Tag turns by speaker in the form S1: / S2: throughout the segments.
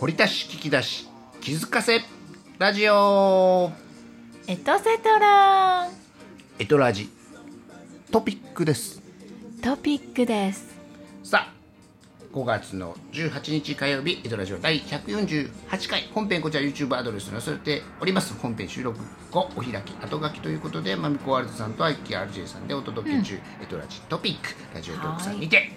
S1: 掘り出し聞き出し気づかせラジオ
S2: エトセトラ
S1: エトラジトピックです
S2: トピックです
S1: さあ5月の18日火曜日エトラジオ第148回本編こちら YouTube アドレスに載せております本編収録後お開き後書きということでまみこワールドさんとアイキ RJ さんでお届け中、エトラジトピックラジオトークさんにて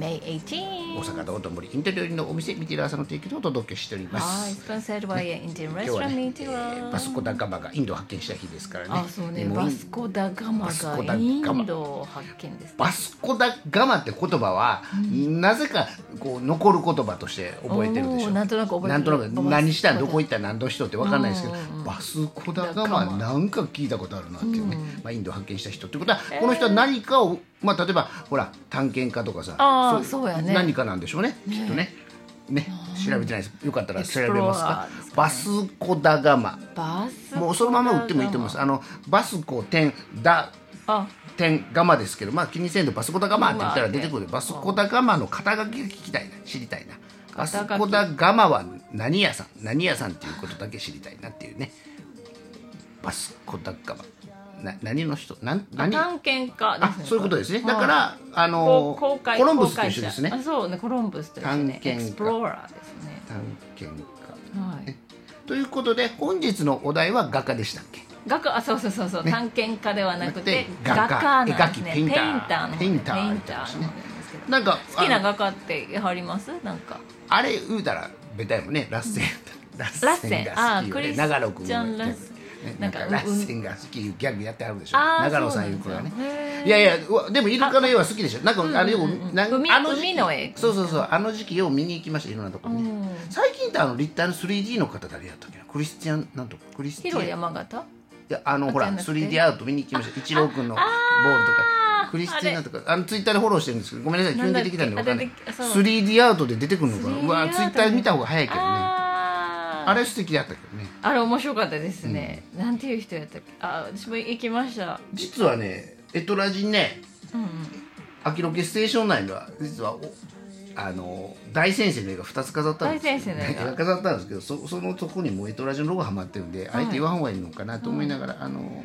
S2: May 18
S1: 大阪道頓堀インテリオリのお店ミティラーさんの提供でお届けしておりま
S2: はい、
S1: す
S2: sponsored by an Indian
S1: 今日は
S2: restaurant
S1: ね、
S2: in
S1: え
S2: Tehran
S1: ーバスコダガマがインドを発見した日ですからね
S2: あ、そうね、
S1: でも
S2: バスコダガマ
S1: バスコダガ
S2: が
S1: マ
S2: インドを発見です。
S1: バスコダガマって言葉は、なぜかこう残る言葉として覚えてるでし
S2: お
S1: ょ
S2: ーなんとなく覚えてる
S1: なんとなく何したらどこ行
S2: 行
S1: ったら何の人って分かんないですけど、
S2: うん
S1: バスコダガ
S2: ガ
S1: マ
S2: マ
S1: なんか聞いたことあるなっていうね、
S2: うん
S1: まあ、インドを発見した人ってことはこの人は何かを、まあ、例えばほら探検家とかさ
S2: あー
S1: い
S2: そうやね
S1: 何かなんでしょうねきっとねね調べてないですよかったら調べますか
S2: エクスプローラーですかね
S1: バスコダガマ
S2: バスコダガマ
S1: もうそのまま売ってもいいと思いますあのバスコ点だ
S2: あ、
S1: 点ガマですけど、まあ、気にせんとバスコダガマって言ったら出てくるバスコダガマの肩書きが聞きたいな知りたいなバス
S2: 肩書き
S1: コダガマは何屋さん何屋さんっていうことだけ知りたいなっていうねバスコダガマな何の人なん何あ
S2: 探検家ですね。
S1: そういうことですねだか
S2: はい
S1: らあ
S2: こ
S1: の
S2: う公開
S1: コロンブスと一緒です
S2: 公開者
S1: ね
S2: あそうねコロンブスと一緒ね
S1: 探検家
S2: エクスプローラーですね
S1: 探検家
S2: はい
S1: ということで本日のお題は画家でしたっけ
S2: 画家あそうそうそうそう、探検家ではなくて
S1: 画
S2: 画
S1: 家
S2: 家なんです
S1: 絵描き
S2: ね
S1: ペインター
S2: の方
S1: ペインター
S2: ペインターの方なんですけど
S1: なんか
S2: 好きな
S1: あの
S2: 画家ってやはりますなんか
S1: あれ言うたらベタやもんねラッセンやったら
S2: ラッセン
S1: ラッセンが好きよ
S2: あーク
S1: ね
S2: リス
S1: 長野君
S2: ちゃ
S1: もね
S2: んラッセン
S1: なんか
S2: なんか
S1: ラッセンが好きいうギャグやってあるでしょ
S2: あー
S1: 長野さんいう子がね
S2: そうなんですよへー
S1: いやいやうわでもイルカの絵は好きでしょなんかあれようなん
S2: 海
S1: あの時期
S2: 海の絵
S1: そうそうそうあの時期よう見に行きましたいろんなとこにね最近ってあの立体の 3D の方誰やったっけなクリスティアンなんとかクリスティアン
S2: 広山形
S1: いやあの
S2: あ
S1: ほら
S2: じゃなくて
S1: 3D アート見に行きました一郎君のボールとかクリスティーナとかあのツイッターでフォローしてるんですけどごめんなさい急
S2: な
S1: に
S2: んだ
S1: 出
S2: っ
S1: て
S2: け
S1: きたんでわかんない
S2: あ出てきそう
S1: 3D アートで出てくるのか
S2: 3D
S1: なうわ
S2: アー
S1: ツ
S2: ト
S1: イ
S2: で
S1: ッター見た方が早いけどねあ
S2: あー
S1: れ素敵だったけどね
S2: あれ面白かったですね、なんていう人やったっけあ私も行きました
S1: 実はねエトラジにね
S2: うんうん
S1: アキロケステーション内には実はおあの大先生の絵が2つ飾ったんです
S2: 大先生の絵が
S1: 飾ったんですけどそそのとこにもエトラジのロゴはまってるんで、あえて言わん方がいいのかなと思いながら、あの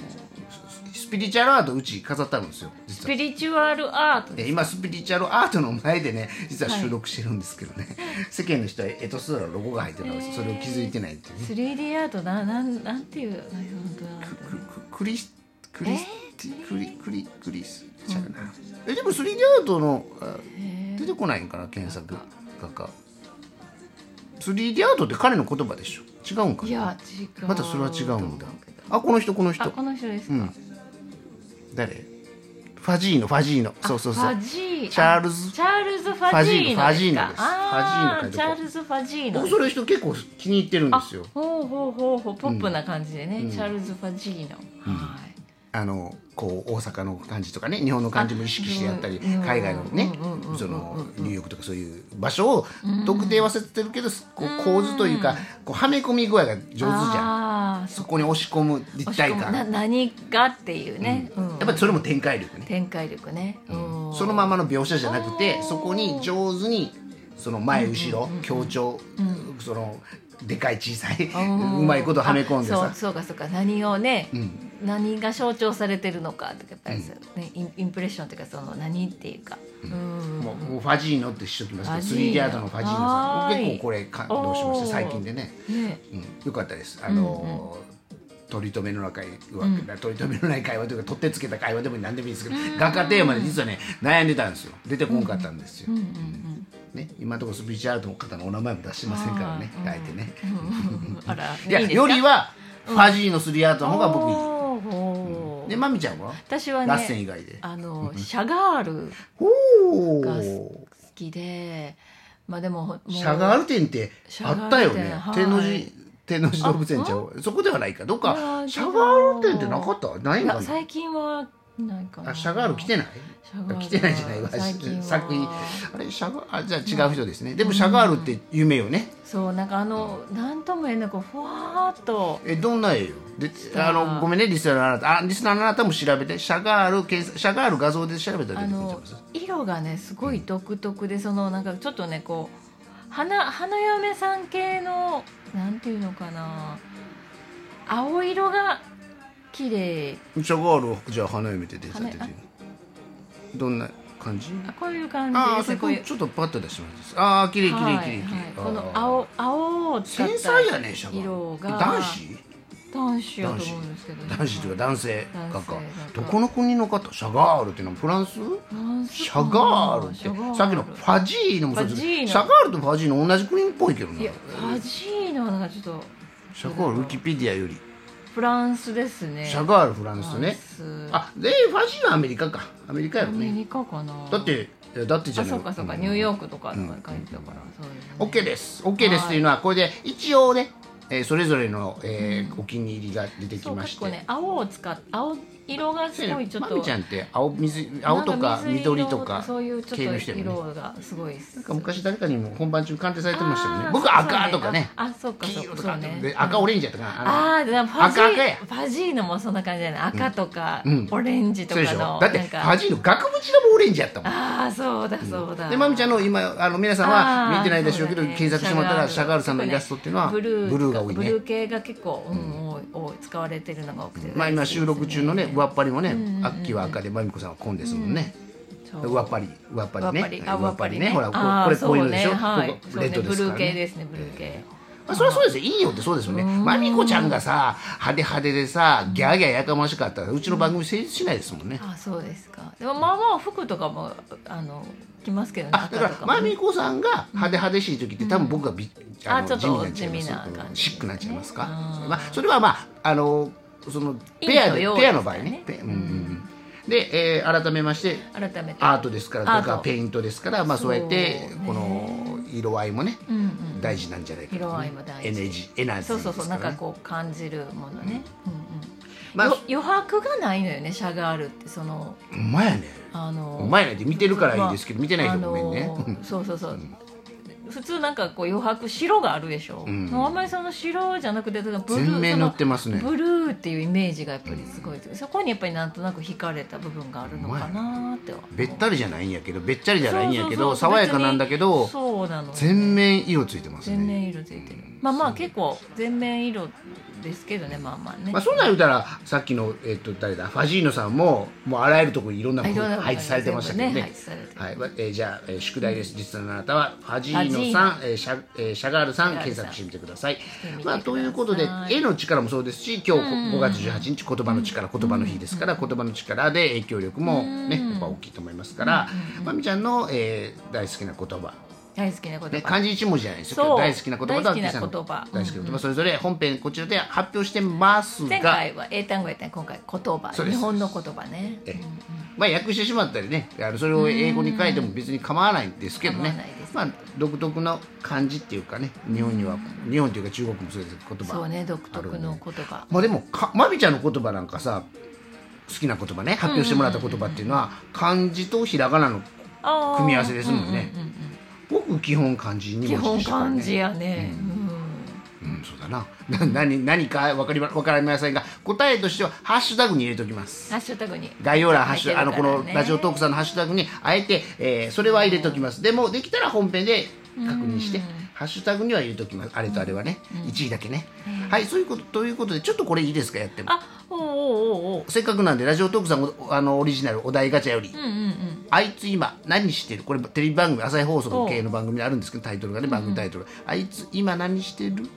S1: ススピリチュアルアートうち飾ったんですよ実は
S2: スピリチュアルアート
S1: で今スピリチュアルアートの前でね実は収録してるんですけどね、世間の人はエトストラのロゴが入ってるのそれを気づいてないっていうね
S2: 3D アートななんなんていうなんていう
S1: クククリスクリスティクリクリクリスちゃうな、えでも 3D アートのあ出てこないんかな検索画家 3D アートって彼の言葉でしょ違うんかない
S2: や違う
S1: またそれは違うんだ
S2: と思うけど
S1: あこの人この
S2: あ
S1: 人
S2: この人ですか、
S1: うん誰ファジーノファジーノそうそうそう
S2: ファジー
S1: チャールズ
S2: あチャールズ・ファジー
S1: フ
S2: ノ
S1: ァジー
S2: です
S1: ノ
S2: か
S1: ファジーノですファジーノ書いとこう
S2: あーチャールズ・ファジーノ
S1: 僕それ人結構気に入ってるんで
S2: あ
S1: すよ
S2: ほうほうほうほうポップな感じでね、チャールズ・ファジーノ、はい
S1: あのこう大阪の感じとかね日本の感じも意識してやったり海外のねそのニューヨークとかそういう場所を特定はせてるけどこう構図というかこうはめ込み具合が上手じゃん
S2: ああ
S1: そこに押し込む立体
S2: な
S1: 感
S2: 何がっていうね、うん
S1: やっぱりそれも展開力ね
S2: 展開力ね、うん
S1: そのままの描写じゃなくてそこに上手にその前後ろ強調そのでかい小さいうまいことはめ込んで
S2: そう
S1: さ
S2: そうかそうか何をね、何が象徴されてるのかとかやっぱりそう、ねインインプレッションというかその何っていうか、うん
S1: もうもうファジーノってしときますけど
S2: ファジ
S1: ス
S2: ーノ
S1: リーディアートのファジーノさ
S2: は
S1: ん
S2: ーい
S1: 結構これ感動しました最近でね。
S2: ね
S1: うん、よかったです。あのー取り留めのない会話、取り留めのない会話というか取ってつけた会話でも何でもいいんですけど、画家テーマで実はね悩んでたんですよ出てこんかったんですよ、うんね、今のところスピーチアートの方のお名前も出してませんからねあえてね、
S2: あら
S1: いや
S2: いいです
S1: よ
S2: か
S1: りはファジーのスリーアートの方が僕いい、
S2: おーおー
S1: でまみちゃんは
S2: 私はね
S1: ラッセン以外で
S2: あのシャガール
S1: お
S2: が
S1: お
S2: 好きでまあでももう
S1: シャガール展ってあったよ
S2: シ
S1: ね
S2: ャガール展
S1: 天王
S2: は
S1: 寺
S2: い
S1: 天王寺動物園ちゃうそこではないかどっ
S2: いや
S1: か
S2: ー
S1: シャガール展ってなかったない
S2: い
S1: んか
S2: や
S1: な
S2: 最近はないかな
S1: あシャガール来てない
S2: シャガールは
S1: 来てないじゃないわ
S2: 最近は
S1: 作品あれシャガあじゃあ違う人ですね、でもシャガールって夢よね
S2: そうなんかあのなんとも言えないこうふわーっと
S1: えどんな絵よで
S2: した
S1: あのごめんねリスナーのあなたあリスナーのあなたも調べてシャガール検索シャガール画像で調べたら
S2: あ
S1: 出てくるんちゃい
S2: の
S1: ます
S2: 色がねすごい独特でそのなんかちょっとねこう花花嫁さん系のなんていうのかな青色が綺麗
S1: じゃがあるじゃあ花嫁って出た
S2: 花
S1: 出
S2: 嫁
S1: てどんな感じ
S2: あこういう感じ
S1: ああ
S2: で
S1: そ
S2: す
S1: こ
S2: こういう
S1: ちょっとパッと出してもらっていいですかああ綺麗綺麗綺麗綺麗
S2: はいはい、この
S1: あー
S2: 青青を使っ
S1: 繊
S2: た
S1: 細やねシャバ
S2: 色が
S1: 男子
S2: 男子やと思うんですけど、
S1: 男子というか男性画
S2: 男性
S1: 家
S2: 画
S1: ど
S2: 家
S1: この国の方シャガールっていうのはフランス
S2: 男子
S1: シャガールって
S2: シャガール
S1: さっきのファジーノもそうです
S2: ファジーノ
S1: シャガールとファジーノ同じ国っぽいけど
S2: い
S1: ね
S2: やファジーノはなんかちょっと
S1: シャガールウィキペディアより
S2: フランスですね
S1: シャガールフランス
S2: フラン
S1: ね
S2: ス
S1: あでファジーノはアメリカかアメリカや
S2: ア
S1: ろ
S2: メ
S1: ね
S2: リカかな
S1: だっていやだってじゃ
S2: あ
S1: ない
S2: そうかそうかニューヨークとかと
S1: うん
S2: か書いてたから、そうですね
S1: OK です。OK ですというのは、これで一応ね、えーそれぞれの、えーお気に入りが出てき
S2: そう
S1: ま
S2: かっ
S1: して。
S2: こね青を使っ青色がすごいちょっ
S1: ま
S2: と、
S1: みちゃんって青水青とか緑と
S2: なん
S1: か
S2: 水色そういうち
S1: 系
S2: ょ
S1: の
S2: っ
S1: 人
S2: と
S1: やもんね。
S2: 色がすごいです
S1: なんか昔誰かにも本番中鑑定されてましたもんね
S2: あ。ー
S1: 僕
S2: そう
S1: 赤とかね、
S2: ああそうか
S1: 黄
S2: そ
S1: 色
S2: う
S1: と
S2: そ
S1: か、
S2: うね
S1: で赤オレンジやったかな。あの
S2: あーでもファジー
S1: 赤赤や
S2: ファジーノもそんな感じじゃない赤とか、
S1: うん
S2: オレンジと
S1: そう
S2: か
S1: でしょ
S2: の
S1: だって
S2: なん
S1: フ
S2: か
S1: ァジーの額縁のもオレンジやったもん。
S2: ああそうだそうだ、
S1: でまみちゃんの今あの皆さんは見てないでしょうけど
S2: あーそうだ
S1: 検
S2: ね
S1: 索してもらったらシ
S2: シ
S1: ャ
S2: ャ
S1: ガール
S2: ガール
S1: さんのイラストっていうのは
S2: ブルー
S1: が多い
S2: ブ
S1: ね
S2: ル。ー系が結構、うん多い多い使われてるのが多くて、
S1: まあ今収録中のね上っぱりもね、秋は赤でまみこさんは紺ですもんね。
S2: そう
S1: 上っぱり上っぱりね
S2: 上っぱりあ
S1: 上
S2: 上
S1: っぱ
S2: っぱ
S1: り
S2: り
S1: ね
S2: ね
S1: ほらこ
S2: あー
S1: れこういうのでしょ、
S2: そうねはい
S1: ここレッド
S2: そ
S1: ですから
S2: うねブルー系
S1: ね
S2: ですねブルー系、
S1: まあ、それはそうですよいいよってそうですよねまみこちゃんがさ派手派手でさギャーギャーやかましかったらうちの番組成立しないですもんね、
S2: あそうですかでもまあまあ服とかもあの着ますけどね
S1: あだか
S2: 赤と
S1: ら
S2: も
S1: ま
S2: ね
S1: みこさんが派手派手しい時って多分僕がび、
S2: あ
S1: の
S2: ちょっと
S1: 地味になっちゃいます
S2: 地味な感じ
S1: うんシックになっちゃいますか、
S2: うん
S1: まあ、それはまああのそのペアで
S2: 陰と陽
S1: ペアの場合
S2: です
S1: ね
S2: か
S1: ペ
S2: らね
S1: うんうんうんで、えー改めまして
S2: 改めて
S1: アートですから
S2: アー
S1: だ
S2: ト
S1: からペイントですから、まあ、そうやって
S2: そうね
S1: この色合いもね
S2: うんうん
S1: 大事なんじゃないかと
S2: 色合いも大事
S1: エネジエナジー
S2: そうそうそう、
S1: で
S2: な
S1: す
S2: ん
S1: から
S2: か
S1: ね
S2: こう感じるものね、うんうん
S1: まあ
S2: よ余白がないのよねシャガールってその
S1: ほんまやね
S2: あの
S1: ほんまやねって見てるからいいですけど見てない人ごめんね
S2: あのーそうそうそう、普通なんかこう余白白があるでしょ、
S1: うん
S2: もうあんまりその白じゃなくてだからブルー
S1: 全面塗ってます
S2: その
S1: ね
S2: ブルーっていうイメージがやっぱりすごい、そこにやっぱりなんとなく惹かれた部分があるのかなーって思う
S1: べったりじゃないんやけどべったりじゃないんやけ
S2: そ
S1: ど
S2: うそうそう
S1: 爽やかなんだけど
S2: 別にそうなの
S1: 全面色ついてます
S2: 全
S1: ね
S2: 面色ついてるまあまあ結構全面色ですけどねまあまあね、
S1: まあそんなん言うたらさっきのえっと誰だファジーノさんももうあらゆるところにいろんなも
S2: いろ
S1: の
S2: んなもの
S1: 配置されてましたけど
S2: 全部
S1: ね
S2: 配置されてる
S1: はいまえーじゃあ、えー宿題です実はあなたはファジーノさんえーシャえーシャガールさん
S2: シャガー
S1: 検
S2: ルさん
S1: 索してみてください
S2: てみてくだ
S1: ま
S2: さい
S1: あということで絵の力もそうですし今日5月18日言葉の力言葉の日ですから言葉の力で影響力もねやっぱ大きいと思いますからまみちゃんの、えー大好きな言葉
S2: 大好きな言葉、
S1: ね、漢字一文字じゃないです
S2: そ
S1: よ
S2: う
S1: 大好きな言葉と
S2: 大好き
S1: 秋
S2: な言葉
S1: さんの大好きな言葉それぞれ本編こちらで発表してます
S2: 前
S1: が
S2: 回は英単語やったね今回言葉
S1: そうです
S2: 日本の言葉ね
S1: えまあ訳してしまったりねあのそれを英語に書いても別に構わないんですけどね
S2: 構わないです
S1: まあ独特の漢字っていうかね日本には日本というか中国もそうですけど言葉
S2: そうね独特の言葉
S1: まあでもかまみちゃんの言葉なんかさ好きな言葉ね発表してもらった言葉っていうのは漢字とひらがなの
S2: あー
S1: 組み合わせですもんね
S2: うううん
S1: 僕基本漢字
S2: うん
S1: に
S2: 基
S1: 文字で
S2: 本
S1: したから
S2: 漢字
S1: ね
S2: やね、うん
S1: うんそうだなな何何か分かりま分かりませんが答えとしてはハッシュタグに入れておきます
S2: ハッシュタグに
S1: 概要欄ハッシュ、あのこのラジオトーク
S2: ク
S1: さんのハッシュタグにあえて、えーそれは入れておきますでもできたら本編で確認してハッシュタグには入れておきますあれとあれはね、1位だけね、はいそういうことということでちょっとこれいいですかやっても
S2: あおうおうおうおう
S1: せっかくなんでラジオトークさんおあのオリジナルお題ガチャより、
S2: うんうんうん
S1: あいつ今何してるこれテレビ番組朝日放送系の番組にあるんですけどタイトルがね番組タイトル、あいつ今何してる、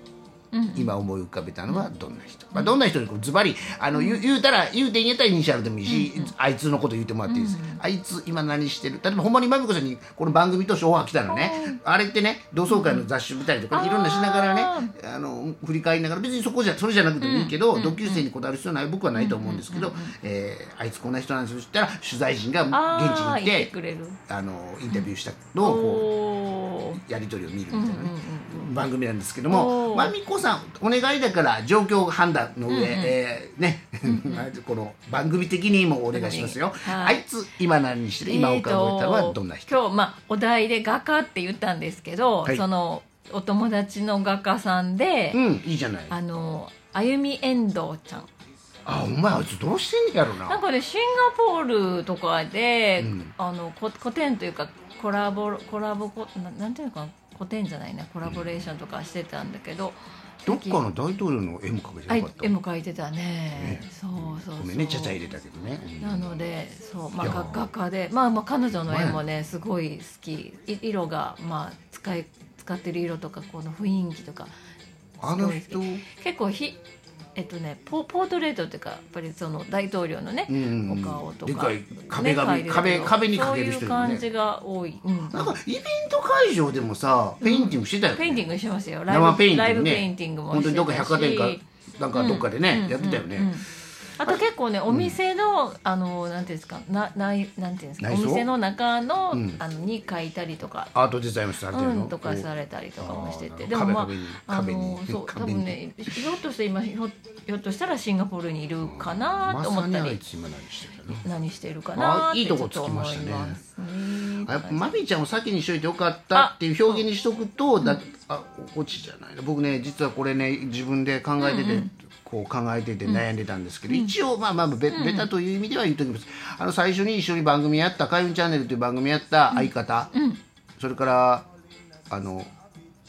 S1: 今思い浮かべたのはどんな人、まあ、どんな人にこうズバリあの言う言うたら言うてんやったらイニシャルでもいいし、あいつのこと言ってもらっていいです、あいつ今何してる例えばほんまにまみこさんにこの番組としてオファー来たのね、あれってね同窓会の雑誌見たりとか、いろんなしながらねあの振り返りながら別にそこじゃそれじゃなくてもいいけど、同級生にこだわる必要はない僕はないと思うんですけど、えーあいつこんな人なんですよって言ったら取材陣が
S2: あ
S1: 現地に
S2: あ
S1: 行
S2: ー
S1: っ
S2: 言っててくれる
S1: あのインタビューしたの
S2: お
S1: をこ
S2: おー
S1: うやり取りを見るみたいなね、番組なんですけど
S2: お
S1: も
S2: ー
S1: まみこさんお願いだから状況判断の上、えーね この番組的にもお願いしますよ、
S2: はい
S1: あいつ今何してる今お顔を浮かべたのはどんな人、
S2: えーと今日、まあ、お題で画家って言ったんですけど、
S1: はい
S2: そのお友達の画家さんで、
S1: うんいいじゃない
S2: あのあゆみ遠藤ちゃん
S1: あお前あいつどうしてんねやろな
S2: なんかねシンガポールとかで、
S1: うん
S2: あのこ古典というかコラボコラボこななんていうのかな古典じゃないなコラボレーションとかしてたんだけど、
S1: どっかの大統領の絵も描け
S2: あ
S1: て
S2: 絵
S1: なかった
S2: も描いてたねそうそうそう
S1: ごめんねちゃちゃ入れたけどね
S2: なのでそう、まあ、
S1: いや
S2: 画画家で、まあ、まあ彼女の絵もねすごい好きい色が、まあ、使い使ってる色とかこの雰囲気とか
S1: あの人
S2: 結構ひえっとねポポートレートっていうかやっぱりその大統領のね、
S1: うん
S2: お顔とか,、
S1: でかい壁
S2: ね
S1: 紙
S2: 描いてる
S1: 壁壁にかける
S2: そう
S1: 人
S2: いう
S1: いるね
S2: 感じが多い、うん、
S1: なんかイベント会場でもさペインティングしてたよね
S2: ペインティングしますよライブ
S1: 生ペインテ
S2: ラ
S1: ィ
S2: イ
S1: ング
S2: ブ
S1: ね
S2: ペインティングも
S1: 本当にどっか
S2: してたし
S1: 百貨店かなんかどっかでね、やってたよね、
S2: うんうんうんあと結構ねお店の、あのなんていうんですかなないなんていうんですかお
S1: 内装
S2: 店の中の,、
S1: うん
S2: あのに書いたりとか、
S1: アートデザインもされてる
S2: う
S1: の、
S2: ん、とかさ
S1: れ
S2: れたりとかもしてて
S1: あー
S2: でもまあ
S1: 壁に壁に
S2: あのそう多
S1: 壁に
S2: 分ねひょっとして今ひょひょっとしたらシンガポールにいるかなと思
S1: ま
S2: っ
S1: さ
S2: た
S1: にあい
S2: り
S1: つ今何してたの
S2: 何してるかな
S1: あ
S2: って
S1: いい
S2: ち
S1: と
S2: ょ
S1: こ
S2: っと
S1: つきま
S2: 思
S1: し
S2: い
S1: たね
S2: ますね
S1: あやっぱマミちゃんを先にしといてよかったっていう表現にしとくとだあ落ちじゃないな僕ね実はこれね自分で考えてて、こう考えてて悩んでたんですけど、一応まあまあベ,、ベタという意味では言っときますあの最初に一緒に番組やった「開運チャンネル」という番組やった相方、それからあの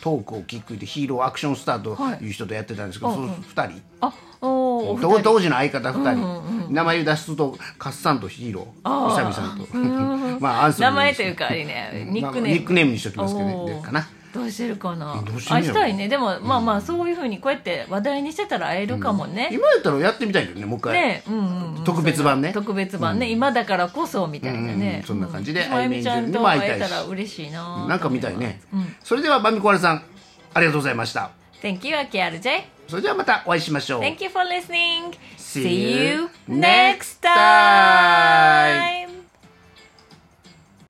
S1: トークをキックでヒーローアクションスターという人とやってたんですけど、
S2: はい
S1: その2人、
S2: あおーお
S1: 当
S2: 二人
S1: 当時の相方2人、名前を出すとカッサンとヒーロー
S2: あー
S1: 宇佐美さんと まあアンソニー
S2: 名前というかあれねニックネーム、
S1: まあニックネームにしときますけどね
S2: おー
S1: でかな
S2: どうしてるかな
S1: どうしてん
S2: あ
S1: ねや
S2: し
S1: ろ
S2: たいねでも、まあまあそういうふうにこうやって話題にしてたら会えるかもね、
S1: 今やったらやってみたいけどねもう一回、
S2: ねうんうんうん、
S1: 特別版ね
S2: 特別版ね、今だからこそみたいな
S1: うんうんう
S2: ね
S1: ん、そんな感じで
S2: うんまゆみちゃんと
S1: 会
S2: 会
S1: いたいし
S2: えたら嬉しいな
S1: なんか見
S2: み
S1: たいね、それではバミコワレさんありがとうございました
S2: Thank you AKRJ
S1: それではまたお会いしましょう
S2: Thank you for listening
S1: See you
S2: next
S1: next time.
S2: time